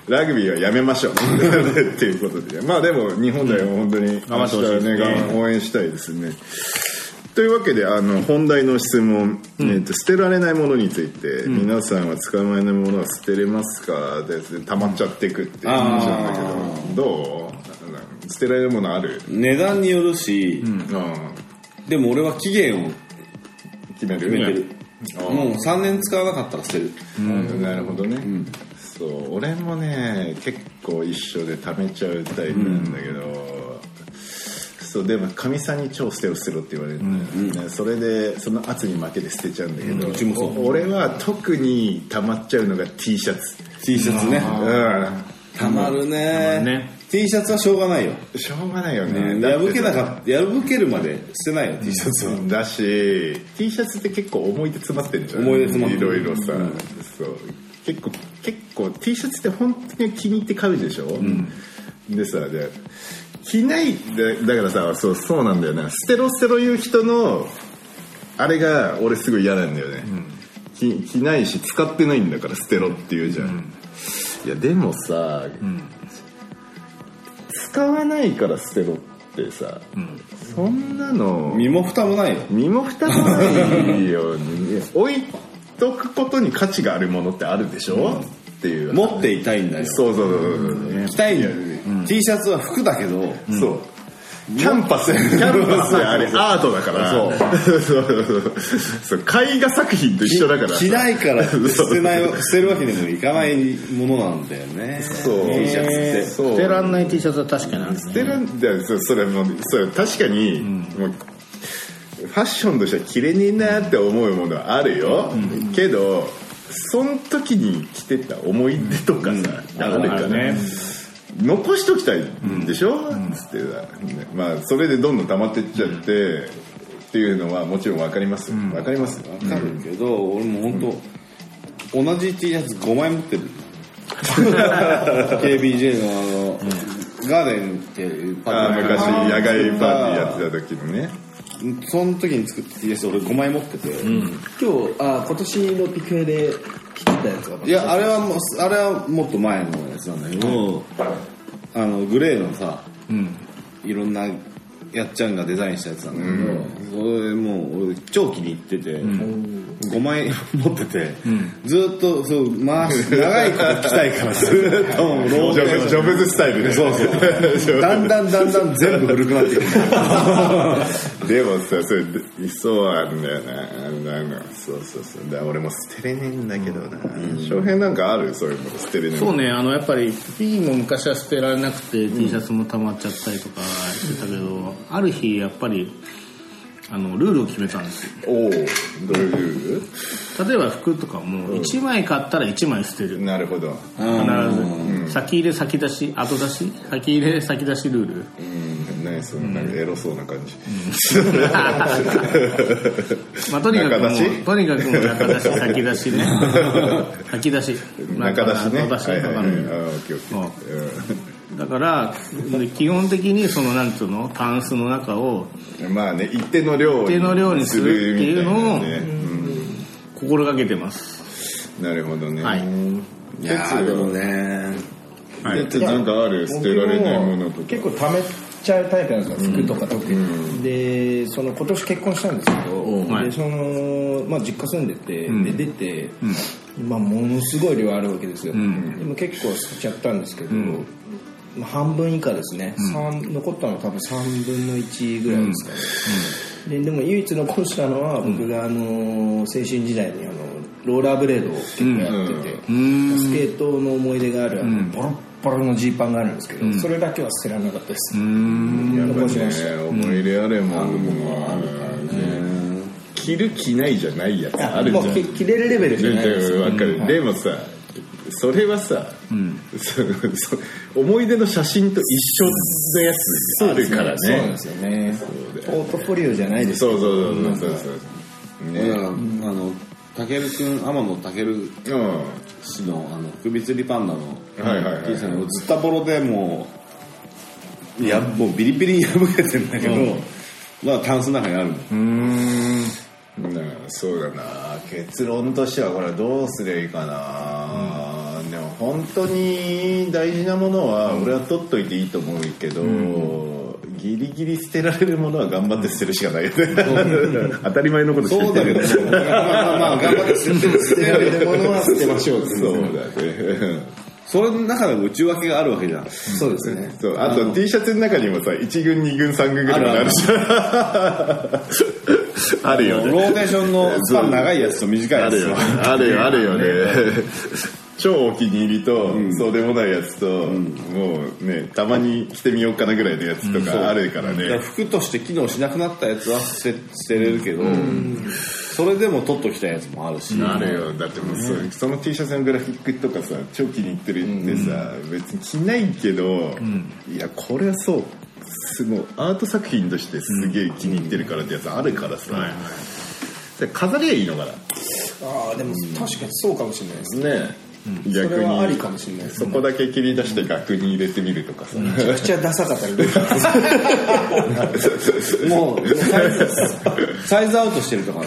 Speaker 3: ラグビーはやめましょう っていうことでまあでも日本代表本当に
Speaker 4: 頑張ってほしいですね
Speaker 3: 明日はね応援したいですねというわけであの本題の質問、えーと捨てられないものについて、皆さんは使わないものは捨てれますかですね溜まっちゃっていくっていう話なんだけどどうなんか捨てられるものある、
Speaker 5: 値段によるし、
Speaker 3: うん
Speaker 5: でも俺は期限を
Speaker 3: 決める
Speaker 5: 決めてる、もう3年使わなかったら捨てる、
Speaker 3: うんなるほどね、そう俺もね結構一緒で貯めちゃうタイプなんだけど、そうでもかみさんに超捨てを捨てろって言われるんだよ、ねそれでその圧に負けて捨てちゃうんだけど、
Speaker 5: ちもそう
Speaker 3: お俺は特に溜まっちゃうのが T シャツ
Speaker 5: T シャツね
Speaker 3: うん
Speaker 5: たまるね,、
Speaker 4: まるね
Speaker 5: T シャツはしょうがないよ、
Speaker 3: しょうがないよねだって
Speaker 5: 破けなかった破けるまで捨てないよ T シャツは、
Speaker 3: だし T シャツって結構思い出詰まってるじゃん
Speaker 5: 思い出詰まって
Speaker 3: いろ
Speaker 5: る
Speaker 3: いろさ、そう結構結構 T シャツって本当に気に入って買うでしょ、でさで着ないだだからさそうそうなんだよね捨てろ捨てろ言う人のあれが俺すごい嫌なんだよね、着着ないし使ってないんだから捨てろって言うじゃん、いやでもさ、使わないから捨てろってさ、そんなの
Speaker 5: 身も蓋もないよ
Speaker 3: 身も蓋もないように置いとくことに価値があるものってあるでしょ、っていう
Speaker 5: 持っていたいんだよ
Speaker 3: そうそうそうそうそう、
Speaker 5: 着たいんだよ、T シャツは服だけど、
Speaker 3: そうキャンパスキャンパス あれアートだから そうそうそうそう絵画作品と一緒だから
Speaker 5: 着ないから捨てない
Speaker 3: そう
Speaker 5: 捨てるわけにもいかないものなんだよね
Speaker 3: そう
Speaker 5: T シャツって
Speaker 3: そう
Speaker 4: 捨てらんない T シャツは確かにあるね
Speaker 3: 捨てらんだよそそれもそれ確かに、もうファッションとしては着れねえなって思うものはあるよ、けどその時に着てた思い出とかさ、あるから、ね、残しときたいんでしょ、つってさまあそれでどんどん溜まってっちゃって、っていうのはもちろん分かりますよ分かりますよ
Speaker 5: わかるけど、俺も本当、同じ T シャツ5枚持ってる KBJ のあの、ガーデンっていうパ
Speaker 3: ああ
Speaker 5: ーティー
Speaker 3: 昔野外パーティーやってた
Speaker 5: や
Speaker 3: 時のね
Speaker 5: ってその時に作った T シャツ俺5枚持ってて、
Speaker 6: 今日あ今年のピクエで来てたやつが
Speaker 5: いやあれはもうあれはもっと前のやつなんだけど、あのグレーのさ、いろんなやっちゃんがデザインしたやつなんだけど、それもう俺超気に入ってて、5枚持ってて、ずっとそう回し長いこと着た いからずっともうロー
Speaker 3: ジ
Speaker 5: テーシ
Speaker 3: ョ
Speaker 5: ョ
Speaker 3: ブ
Speaker 5: ン
Speaker 3: ジョブズスタイルね
Speaker 5: そうそ うだんだんだんだん全部古くなってくる
Speaker 3: でもさそれ理想はあるんだよなあんなのそうそうそうだから俺も捨てれねえんだけどな翔平なんかあるそういうの捨てれねえ
Speaker 4: そう
Speaker 3: ね
Speaker 4: ね、あのやっぱり P も昔は捨てられなくて T シャツも溜まっちゃったりとかしてたけど、ある日やっぱりあのルールを決めたんですよ
Speaker 3: おおどういう
Speaker 4: 例えば服とかも1枚買ったら1枚捨てる
Speaker 3: なるほど
Speaker 4: 必ず先入れ先出し後出し先入れ先出しルール
Speaker 3: うん何そのなんかエロそうな感じ、
Speaker 4: まあとにかくも
Speaker 3: 中出し
Speaker 4: うとにかくもう中出し先出し ね先出し
Speaker 3: 中出しね
Speaker 4: 後出し
Speaker 3: はいはいは
Speaker 4: とか
Speaker 3: いあ
Speaker 4: ね
Speaker 3: ーオッケーオッケー
Speaker 4: だからで基本的にそのなんつうのタンスの中を
Speaker 3: うんまあね一定の量
Speaker 4: 一定の量にするっていうのを
Speaker 3: するみたいなね
Speaker 4: 心がけてます
Speaker 3: うんなるほどね、
Speaker 4: はい
Speaker 5: いやーでもね
Speaker 3: 哲也なんかある捨てられないものとか
Speaker 6: 結構貯めちゃうタイプなんですよ服とか特に、でその今年結婚したんですけど、
Speaker 4: はい
Speaker 6: でその、まあ、実家住んでて、で出て、まあ、ものすごい量あるわけですよ、でも結構捨てちゃったんですけど、まあ、半分以下ですね、三残ったのは多分3分の1ぐらいですかね、ででも唯一残したのは僕があのー青春時代にあのローラーブレードを結構やってて、スケートの思い出があるあのボロッボロのジーパンがあるんですけど、それだけは捨てられなかったです、
Speaker 3: やっぱ
Speaker 6: 残しました
Speaker 3: ね思い入れあれもん、うん、着る着ないじゃないやつあるじゃん
Speaker 6: もうき切れるレベルじゃないです
Speaker 3: わかる、
Speaker 6: うん
Speaker 3: でもさそれはさ、そそ思い出の写真と一緒のやつあるから
Speaker 6: そうなん
Speaker 3: ね
Speaker 6: ですよねポートフォリオじゃないです
Speaker 3: そうそうそうそうそうそう
Speaker 5: 俺
Speaker 3: ね
Speaker 5: らあのたけるくん天野たける
Speaker 3: うん
Speaker 5: 氏のあの首吊りパンダの
Speaker 3: はいはいはい
Speaker 5: T シャツをずったぼろでもういやもうビリビリに破けてんだけど、まあタンスの中にあるの
Speaker 3: なあそうだな結論としてはこれはどうすりゃいいかな、でも本当に大事なものは俺は取っといていいと思うけど、ギリギリ捨てられるものは頑張って捨てるしかないよね当たり前のこと
Speaker 5: そうだけどまあまあまあ頑張って捨てて捨てられるものは捨てましょう
Speaker 3: そうだね
Speaker 5: それの中でも内訳があるわけじゃん
Speaker 6: そうですね
Speaker 3: そうあと T シャツの中にもさ1軍2軍3軍ぐらいのあるじゃんあるよ
Speaker 5: ロ
Speaker 3: ね
Speaker 5: ーテーションのスパン長いやつと短い
Speaker 3: あ
Speaker 5: や
Speaker 3: る
Speaker 5: つ
Speaker 3: よねあるよあるよね超お気に入りと、そうでもないやつと、もうねたまに着てみようかなぐらいのやつとかあるからね、
Speaker 5: だから服として機能しなくなったやつは捨て捨てれるけど、それでも取っときたいやつもあるし、
Speaker 3: あるよだってもうそ,、その T シャツのグラフィックとかさ超気に入ってるってさ、別に着ないけど、いやこれはそうすごいアート作品としてすげえ気に入ってるからってやつあるからさ、それ飾りゃいいのかな
Speaker 6: ああでも確かにそうかもしれないですね
Speaker 3: ね
Speaker 6: そ
Speaker 3: 逆
Speaker 6: れはあり
Speaker 3: に
Speaker 6: かもしれないです
Speaker 3: そこだけ切り出して額に入れてみるとかさ、
Speaker 6: めちゃくちゃダサかったら どうしよう
Speaker 5: もうサイズサイズアウトしてるとかね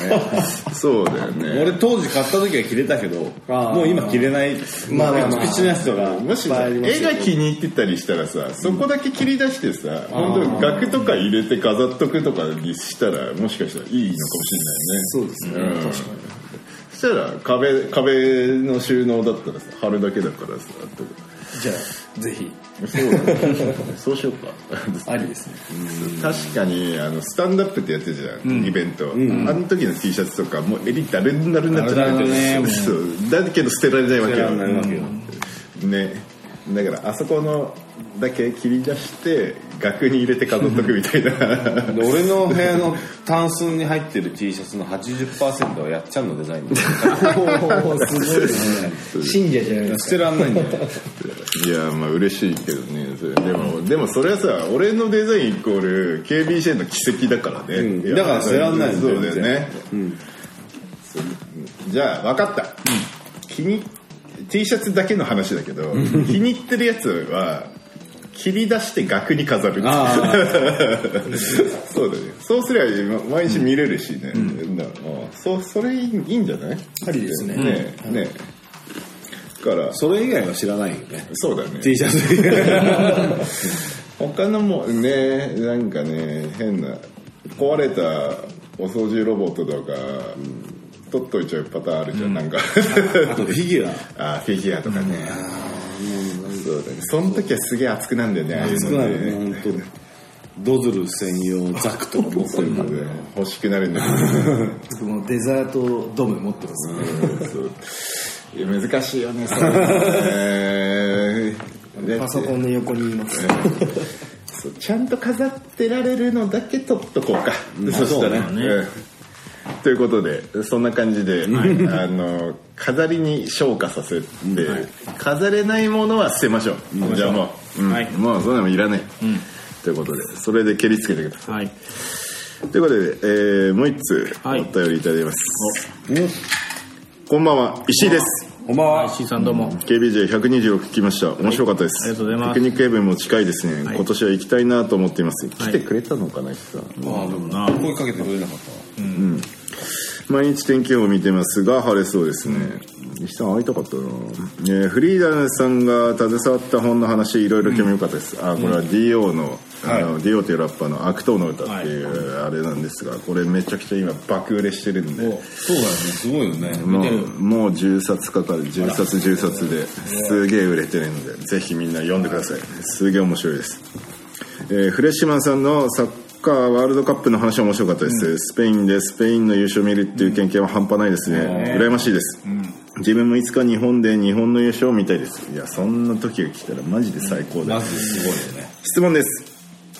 Speaker 3: そうだよね
Speaker 5: 俺当時買った時は着れたけど
Speaker 6: あー
Speaker 5: もう今着れない
Speaker 6: まあまあまあ
Speaker 5: ピチピチのやつとか
Speaker 3: もしさ絵が気に入ってたりしたらさそこだけ切り出してさ、本当額とか入れて飾っとくとかにしたらもしかしたらいいのかもし
Speaker 6: そうですね
Speaker 3: れないね、うん、そしたら壁壁の収納だったらさ貼るだけだからさとか
Speaker 6: じゃあぜひ
Speaker 3: そうだねそうしようか
Speaker 6: ありですね
Speaker 3: 確かにあのスタンダップってやってるじゃん、イベント、あの時の T シャツとかもう襟だるんだるになっちゃって
Speaker 5: だるだるね
Speaker 3: てそうだけど捨てられないわけ
Speaker 5: 着れ
Speaker 3: よ
Speaker 5: ないわけよ、
Speaker 3: ねだからあそこのだけ切り出して額に入れて飾っとくみたいな
Speaker 5: で俺の部屋のタンスに入ってる T シャツの80%はやっちゃんのデザインだ よ
Speaker 6: すごい ですね信者じゃないです
Speaker 5: 捨てらんないんだよ
Speaker 3: いやまあ嬉しいけどねそれでもでもそれはさ俺のデザインイコール KBJ の奇跡だからね、
Speaker 5: うん
Speaker 3: いや
Speaker 5: だから捨てらんないんだ
Speaker 3: そ
Speaker 5: よ
Speaker 3: うだよね、そうじゃあ分かった、気に T シャツだけの話だけど気に入ってるやつは切り出して額に飾る そうだね。そうすりゃ今毎日見れるしね。だからまあそうそれいいいいんじゃない？
Speaker 6: ありですね
Speaker 3: ねね。だからそ
Speaker 5: それ以外は知らないよね
Speaker 3: そうだね。
Speaker 5: T シャツ以外
Speaker 3: 他のもねなんかね変な壊れたお掃除ロボットとか取っといちゃうパターンあるじゃん、なんか
Speaker 5: あとフィギュア
Speaker 3: あフィギュアとかね、そうだねその時はすげえ熱くなんだよね
Speaker 5: 少
Speaker 3: 熱
Speaker 5: ないよね本当にドズル専用ザクとか持ってるからね
Speaker 3: 欲しくなるん だけどね
Speaker 6: 僕もうデザートドーム持ってますね
Speaker 3: そういや難しいよね、そう ね
Speaker 6: パソコンの横にいます
Speaker 3: そうちゃんと飾ってられるのだけ取っとこうか、そしたらね、うんということでそんな感じで、あの飾りに昇華させて、飾れないものは捨てましょう、じゃあもう、うん
Speaker 4: はい
Speaker 3: もうそんなのいらない、ということでそれで蹴りつけてくださ
Speaker 4: はい
Speaker 3: いということで、えーもう一通お
Speaker 4: はい
Speaker 3: 便りいただいてます、こんばんは石井です
Speaker 5: おま
Speaker 4: はい
Speaker 5: は
Speaker 4: C さんどうも
Speaker 3: KBJ120 聞きました面白かったです、
Speaker 4: ありがとうございます
Speaker 3: テクニックエブンも近いですね、
Speaker 4: はい
Speaker 3: 今年は行きたいなと思っています、
Speaker 4: い
Speaker 3: 来てくれたのかな石井さん
Speaker 5: あでもな声かけてくれなかった
Speaker 3: 毎日天気予報見てますが晴れそうですね、石さん会いたかったな、えーフリーダンスさんが携わった本の話いろいろ興味深かったです、あこれは DO の,、あの DO というラッパーの「悪党の歌」っていうあれなんですがこれめちゃくちゃ今爆売れしてるんで
Speaker 5: そうだよねすごいよね
Speaker 3: もうもう10冊かかる10冊10冊ですげえ売れてるのでぜひみんな読んでくださいすげえ面白いです、えーフレッシュマンさんのサッカーワールドカップの話面白かったです、スペインでスペインの優勝を見るっていう経験は半端ないですね、羨ましいです、自分もいつか日本で日本の優勝を見たいですいやそんな時が来たらマジで最高だ、
Speaker 5: マジですごいよね
Speaker 3: 質問です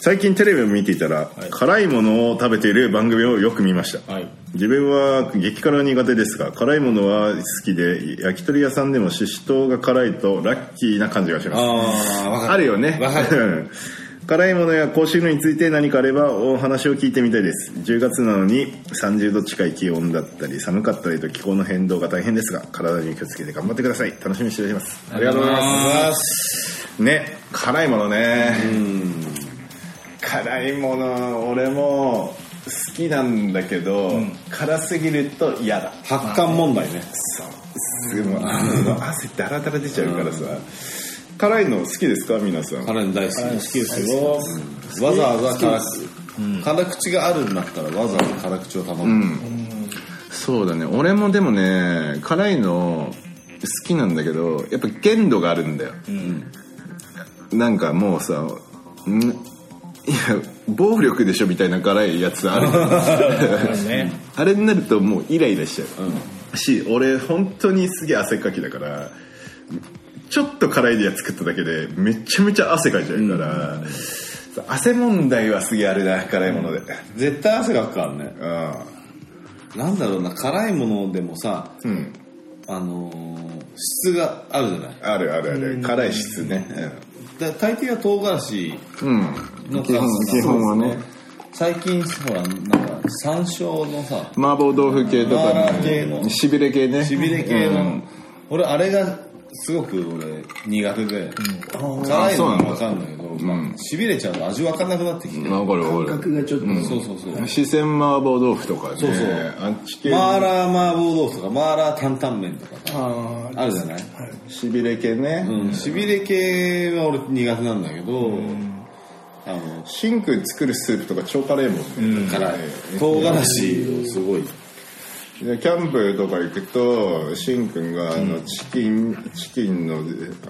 Speaker 3: 最近テレビを見ていたら、辛いものを食べている番組をよく見ました、
Speaker 4: はい
Speaker 3: 自分は激辛は苦手ですが辛いものは好きで焼き鳥屋さんでもししとうが辛いとラッキーな感じがします
Speaker 5: ああ、わか
Speaker 3: あるよね
Speaker 5: わか
Speaker 3: 辛いものや香辛類について何かあればお話を聞いてみたいです10月なのに30度近い気温だったり寒かったりと気候の変動が大変ですが体に気をつけて頑張ってください楽しみにしておりますありがとうございますね辛いものね辛いもの俺も好きなんだけど、辛すぎると嫌だ
Speaker 5: 発汗問題ね。
Speaker 3: すごいあの汗ダラダラ出ちゃうからさ、辛いの好きですか皆さん
Speaker 5: 辛いの大好き。好きですよ。わざわざ辛く。辛口があるんだったらわざわざ辛口を頼む。
Speaker 3: そうだね俺もでもね辛いの好きなんだけどやっぱ限度があるんだよ、なんかもうさんいや暴力でしょみたいな辛いやつある あれになるともうイライラしちゃう、し俺本当にすげえ汗っかきだからちょっと辛いやつ食っただけでめちゃめちゃ汗かいちゃうから、汗問題はすげえあれだ辛いもので、
Speaker 5: 絶対汗がかかるね。
Speaker 3: うん
Speaker 5: なんだろうな、辛いものでもさ、
Speaker 3: うん
Speaker 5: あのー、質があるじゃない。
Speaker 3: あるあるある辛い質ね
Speaker 5: だ大抵は唐辛子
Speaker 3: うん、
Speaker 5: の
Speaker 3: 基本基本はね
Speaker 5: 最近ほらなんか山椒のさ
Speaker 3: 麻婆豆腐系とか
Speaker 5: 麻婆系の
Speaker 3: しびれ系ね
Speaker 5: しびれ系の、
Speaker 3: うん
Speaker 5: 俺あれがすごく俺苦手で、辛いのは分かんないけど、まあ、しびれちゃうと味分かんなくなってきて、
Speaker 3: わかるわか
Speaker 6: 感覚がちょっと、
Speaker 5: うんそうそうそう、
Speaker 3: る四川麻婆豆腐とかね
Speaker 5: そうそう
Speaker 3: あっち系
Speaker 5: マーラー麻婆豆腐とかマーラー担々麺とかさ
Speaker 6: あー
Speaker 5: あるじゃない、
Speaker 3: しびれ系ね、
Speaker 5: うん、しびれ系は俺苦手なんだけど、あの
Speaker 3: シンク作るスープとか超辛いもんね、
Speaker 5: 辛い唐辛子をすごい
Speaker 3: でキャンプとか行くとしんくんがあのチキン、チキンの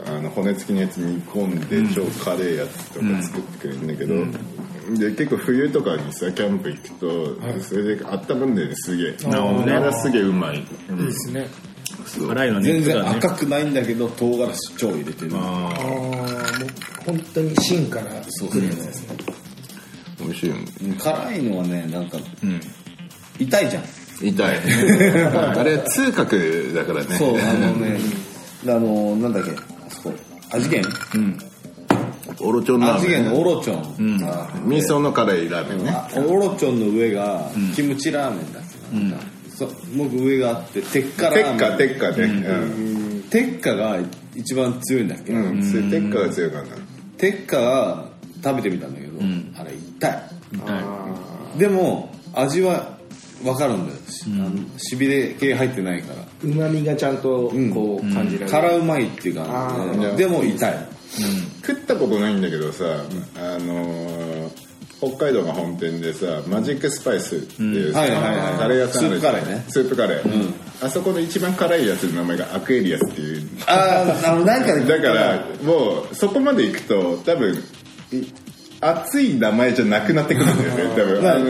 Speaker 3: あの骨付きのやつ煮込んで、超カレーやつとか作ってくれるんだけど、で結構冬とかにさキャンプ行くと、それであったまんだよねすげえなるほどねすげえうまい、うん
Speaker 4: すね辛いのね
Speaker 5: 全
Speaker 4: 普
Speaker 5: 然
Speaker 4: 段ね
Speaker 5: 赤くないんだけど唐辛子超入れてる
Speaker 6: あーもう本当に芯から来るやつですね
Speaker 3: 美味しいよね
Speaker 5: 辛いのはねなんか、痛いじゃん
Speaker 3: 痛 いあれは痛覚だからね
Speaker 5: そうあのねあのなんだっけあそこ味源
Speaker 3: オロチョンラ
Speaker 5: 味
Speaker 3: ーメン
Speaker 5: 源のオロチョン、あ
Speaker 3: 味噌の辛いラーメンね
Speaker 5: あオロチョンの上がキムチラーメンだっけな、そう僕上があって鉄火ラーメン
Speaker 3: 鉄火鉄火ね
Speaker 5: 鉄火が一番強いんだっけ、
Speaker 3: うん、うん、それ鉄火が強いかな
Speaker 5: 鉄火が食べてみたんだけど、あれ痛いでも味は分かるんだよし,、あのしびれ系入ってないから
Speaker 6: うまみがちゃんとこう感じられる、
Speaker 5: 辛うまいっていうか、
Speaker 6: あ
Speaker 3: ー
Speaker 5: でも痛い
Speaker 3: 食ったことないんだけどさ、あのー北海道の本店でさマジックスパイスっていうさ
Speaker 5: うんはいはいはい
Speaker 3: カレー屋さんあるじゃん
Speaker 5: スープカレーね
Speaker 3: スープカレー、あそこの一番辛いやつの名前がアクエリアスっていう
Speaker 5: ああなんか
Speaker 3: だからもうそこまで行くと多分い熱い名前じゃなくなってくるんだよね多分あの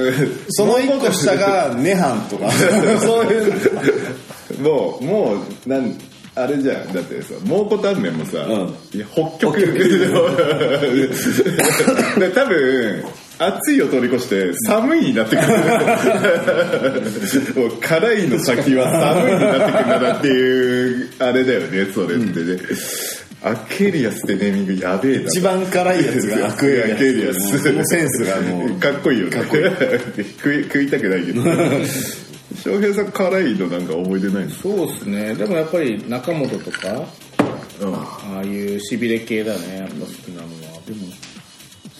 Speaker 5: その一個下が「涅槃」とか そういう
Speaker 3: もうもうなんあれじゃんだってさ蒙古タンメンもさ、
Speaker 5: う
Speaker 3: いや北極で多分暑いを通り越して寒いになってくるもう辛いの先は寒いになってくるんだなっていうあれだよねそれってね、アケリアスってネーミングやべえな
Speaker 5: 一番辛いやつが
Speaker 3: アクエアケリアス
Speaker 5: そのセンスがもう
Speaker 3: かっこいいよね食い食いたくないけ ど翔平さん辛いのなんか思い出ないんですか
Speaker 4: そうですねでもやっぱり中本とかああいうしびれ系だねやっぱ好きなのはでも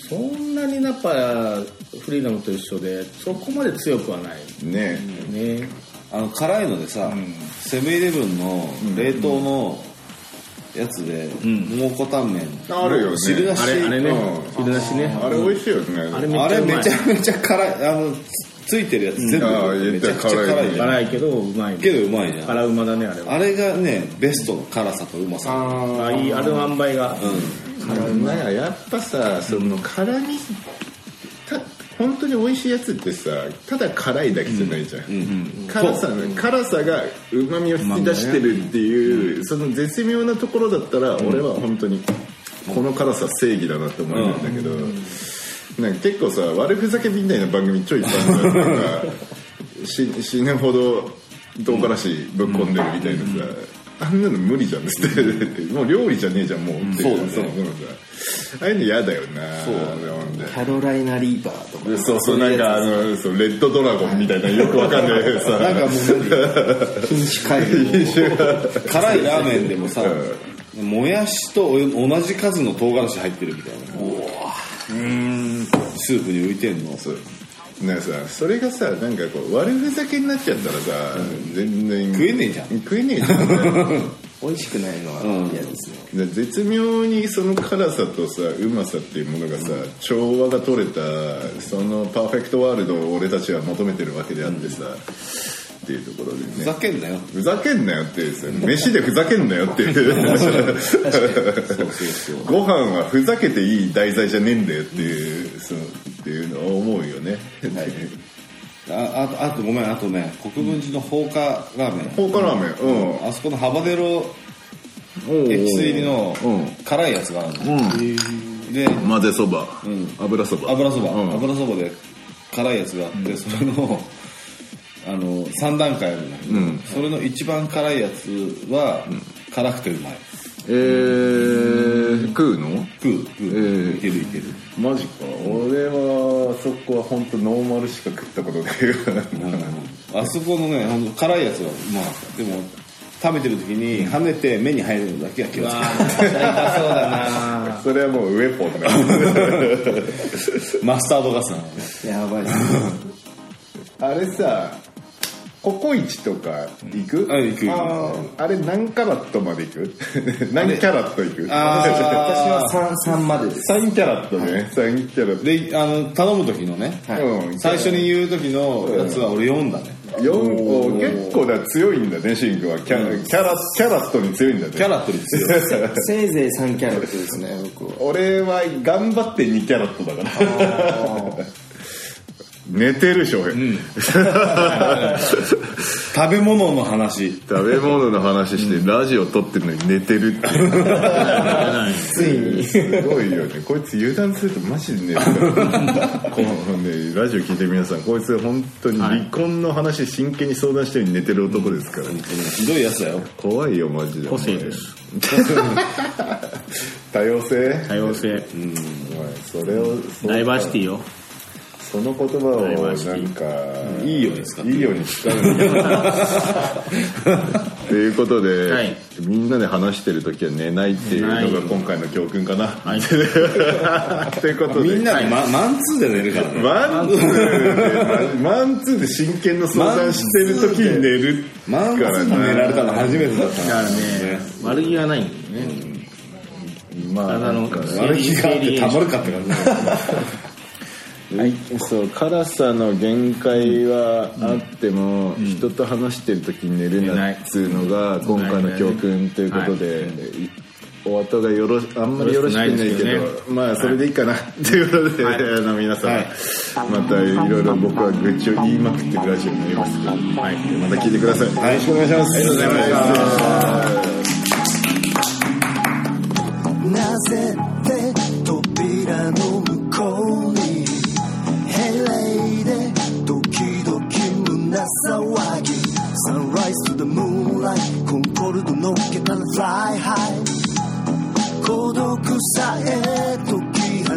Speaker 4: そんなにやっぱフリーダムと一緒でそこまで強くはない
Speaker 3: ねえ
Speaker 4: ね
Speaker 5: あの辛いのでさ、セブンイレブンの冷凍のやつで蒙古タンメン
Speaker 3: あるよね
Speaker 5: 汁なし
Speaker 4: あれあれね
Speaker 3: うん
Speaker 4: 昼出しね
Speaker 3: あれ美味しいよねあ
Speaker 4: あれめ
Speaker 5: あ
Speaker 4: っち
Speaker 5: れ
Speaker 4: ゃう
Speaker 5: め
Speaker 4: まい
Speaker 5: ちゃめちゃ辛いあのつついてるやつ全部
Speaker 3: あー
Speaker 5: めちゃくちゃ辛
Speaker 3: 言
Speaker 5: い
Speaker 3: ったら辛いね
Speaker 4: 辛いけどうまい
Speaker 5: けどうまいじゃん
Speaker 4: 辛うまだねあれは
Speaker 5: あれがねベストの辛さとうまさ
Speaker 4: あいいあれの塩梅が
Speaker 3: なんかやっぱさその辛みた本当に美味しいやつってさただ辛いだけじゃないじゃん、辛さ辛さがうまみを引き出してるっていう、その絶妙なところだったら俺は本当にこの辛さ正義だなって思うんだけど、なんか結構さ悪ふざけみたいな番組ちょいいっぱいあるからなんかし死ぬほどどうからしいぶっ込んでるみたいなさ、あんなの無理じゃんってもう料理じゃねえじゃんもうっていう、そうそうそうああいうの嫌だよなそうなんで
Speaker 6: カロライナリーバーとか
Speaker 3: そうそうなんかあのそうレッドドラゴンみたいなよくわかんないさ
Speaker 6: なんかもう 品種改 良
Speaker 5: 辛いラーメンでもさ、もやしとお同じ数の唐辛子入ってるみたいなスープに浮いてんの食
Speaker 3: なんかさそれがさなんかこう悪ふざけになっちゃったらさ、全然
Speaker 5: えねえじゃん
Speaker 3: 食えねえじゃん
Speaker 6: 美味しくないのは嫌ですね、
Speaker 3: で絶妙にその辛さとさうまさっていうものがさ、調和が取れたそのパーフェクトワールドを俺たちは求めてるわけであってさ、っていうところでね
Speaker 5: ふざけんなよ
Speaker 3: ふざけんなよっていうさ飯でふざけんなよっていうご飯はふざけていい題材じゃねえんだよっていう、そのっていうのを思うよね、
Speaker 5: ああとあとごめんあとね国分寺の放火ラーメン、
Speaker 3: 放火ラーメンうん
Speaker 5: あそこのハバネロエキス入りの辛いやつがあるの、で
Speaker 3: 混ぜそば、油そば
Speaker 5: 油そば、
Speaker 3: うん
Speaker 5: 油そばで辛いやつがあって、それのあの3段階あるんだけど、それの一番辛いやつは、辛くてうまい
Speaker 3: えー、食うの
Speaker 5: 食う食
Speaker 3: ええ
Speaker 5: う、いけるいける
Speaker 3: マジか俺はそこは本当ノーマルしか食ったことないから
Speaker 5: あそこのねあの辛いやつはうまかったでも食べてる時に跳ねて目に入るのだけは気をつけ
Speaker 4: 痛そう
Speaker 5: て
Speaker 4: だな
Speaker 3: それはもうウェポンだ
Speaker 5: マスタードガスなのね
Speaker 6: やばいです
Speaker 3: あれさココイチとか行く
Speaker 5: あ行く
Speaker 3: あーあれ何カラットまで行 く何キャラット行く
Speaker 5: あ
Speaker 6: 私は33ま でです
Speaker 3: 3キャラットね3キャラット
Speaker 5: であの頼む時のね、
Speaker 3: うん
Speaker 5: 最初に言う時のやつは俺読んだね、
Speaker 3: 四個結構だ強いんだねシンクはキャラキャラキャラットに強いんだね
Speaker 5: キャラットに強い
Speaker 6: せいぜい3キャラットですね僕は
Speaker 3: 俺は頑張って2キャラットだから 寝てる翔平、
Speaker 5: 食べ物の話
Speaker 3: 食べ物の話してラジオ撮ってるのに寝てるっていう
Speaker 6: ついに
Speaker 3: すごいよねこいつ油断するとマジで寝るからこのねラジオ聞いてる皆さんこいつ本当に離婚の話真剣に相談してるように寝てる男ですから、
Speaker 5: ひどいやつだよ
Speaker 3: 怖いよマジで
Speaker 1: 個性です
Speaker 3: 多様性
Speaker 1: 多様性
Speaker 3: お前それをそう
Speaker 1: ダイバーシティよ
Speaker 3: その言葉を
Speaker 1: ダイバーシティ
Speaker 3: なんか
Speaker 5: いいように使って
Speaker 3: いいように使うん だということで、
Speaker 1: はい
Speaker 3: みんなで話してる時は寝ないっていうのが今回の教訓かな。
Speaker 1: はい
Speaker 3: ということで。
Speaker 5: みんなでママンツーで寝るからね
Speaker 3: マンツーで、マンツーで真剣の相談してる時に寝る
Speaker 5: マンツーで寝られたの初めてだった
Speaker 1: だ
Speaker 5: な
Speaker 1: からね悪気はないんだよね
Speaker 3: まあ、
Speaker 1: 体の
Speaker 5: 悪気があってたまるかって感じだよ
Speaker 3: そう、辛さの限界はあっても、人と話してる時に寝るなっつうのが、今回の教訓ということで、お後がよろしあんまりよろしくないけど
Speaker 1: よろしくないですよ
Speaker 3: まあそれでいいかな、ということで、あの皆さん、またいろいろ僕は愚痴を言いまくってるラジオになりますけど、また聞いてください、よろしくお願いしますありがとうございます
Speaker 2: なぜって扉の向こうにヘレイでドキドキ胸騒ぎ Sunrise to the moonlight コンコルドのっけたら Fly high 孤独さえ解き放つ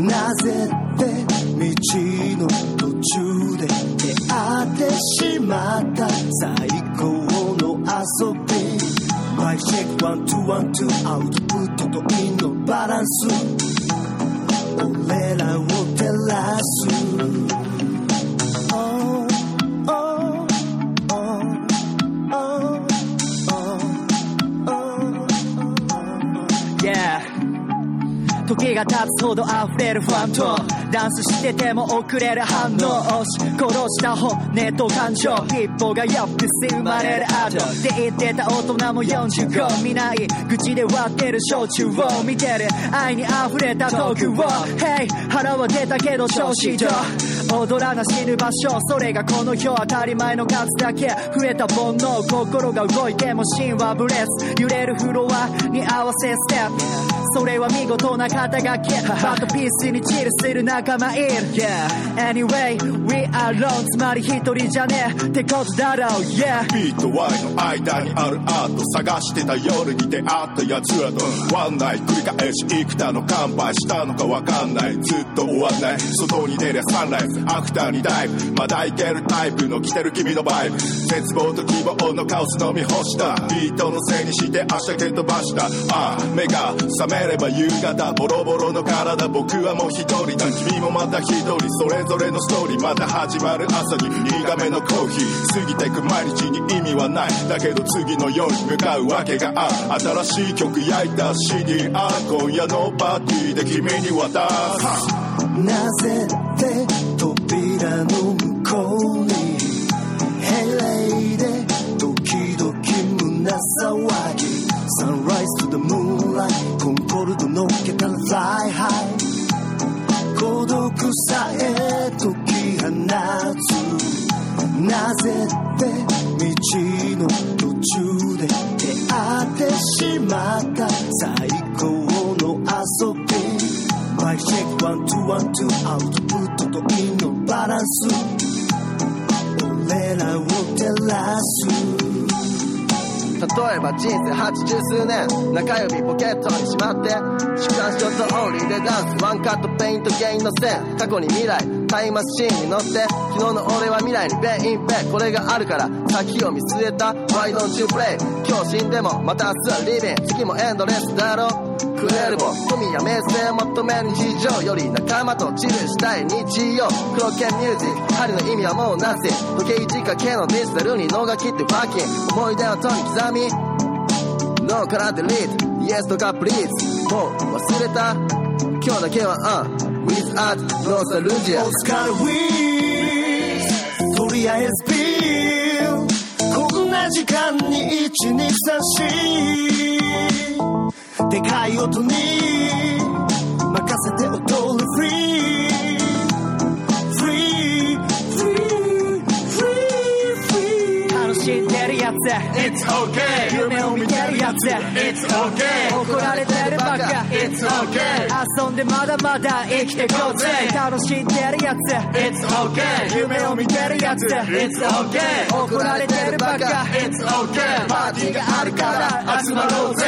Speaker 2: なぜって道の途中で出会ってしまった最高の遊びマイクチェックワンツーワンツーアウトプットとインのバランス俺らを照らす Oh, oh, oh, oh, oh, oh, oh.
Speaker 7: Yeah 時が経つほど溢れるファンとダンスしてても遅れる反応押し殺した骨と感情一歩がよくて生まれるアートって言ってた大人も45見ない口で割ってる焼酎を見てる愛に溢れたトークを Hey 腹は出たけど調子上踊らな死ぬ場所それがこの世当たり前の数だけ増えた煩悩心が動いても心はブレス揺れるフロアに合わせステップそれは見事な肩書きバトピースにチルする仲間いる Anyway we are alone つまり一人じゃねえってことだろう Yeah
Speaker 8: ビート Y の間にあるアート探してた夜に出会った奴らとワンナイト繰り返し幾多の乾杯したのかわかんないずっと終わんない外に出りゃサンライズアフターにダイブまだいけるタイプの着てる君のバイブ絶望と希望のカオス飲み干したビートのせいにして明日蹴飛ばしたああ目が覚めれば夕方ボロボロの体僕はもう一人だ君もまた一人それぞれのストーリーまた始まる朝に苦めのコーヒー過ぎてく毎日に意味はないだけど次の夜に向かうわけがある新しい曲焼いた CD あー今夜のパーティーで君に渡す
Speaker 6: なぜって扉の向こうにヘレイでドキドキ胸騒ぎサンライズ to the moonlight コンコルドのっけたらライハイ孤独さえ解き放つなぜって道の途中で出会ってしまった最高の遊びマイクチェックワンツーワンツーアウトプットとインのバランス俺らを照らす
Speaker 9: 例えば人生80数年中指ポケットにしまって主観ショットオンリーでダンスワンカットペイントゲインの線過去に未来タイムマシーンに乗って昨日の俺は未来にペインペイこれがあるから先を見据えた Why don't you play 今日死んでもまた明日はリビン次もエンドレスだろクレルボ富や名声を求める日常より仲間とチルしたい日曜黒剣ミュージック針の意味はもうなし時計仕掛けのデジタルに脳が切ってバッキン思い出をとに刻み脳からデリート Yes とか Please もう忘れた今日だけは uh, With Art ノーサルジア
Speaker 6: お疲れウィーズとりあえずビールこんな時間に1234でかい音に任せて踊るフリーフリーフリーフリーフリー
Speaker 7: 楽しんでるやつ
Speaker 8: It's okay
Speaker 7: 夢を見てるやつ
Speaker 8: It's okay
Speaker 7: 怒られてるバカ
Speaker 8: It's okay
Speaker 7: 遊んでまだまだ生きてこうぜ楽しんでるやつ
Speaker 8: It's okay
Speaker 7: 夢を見てるやつ
Speaker 8: It's okay
Speaker 7: 怒られてるバカ
Speaker 8: It's okay パーティーがあるから集まろうぜ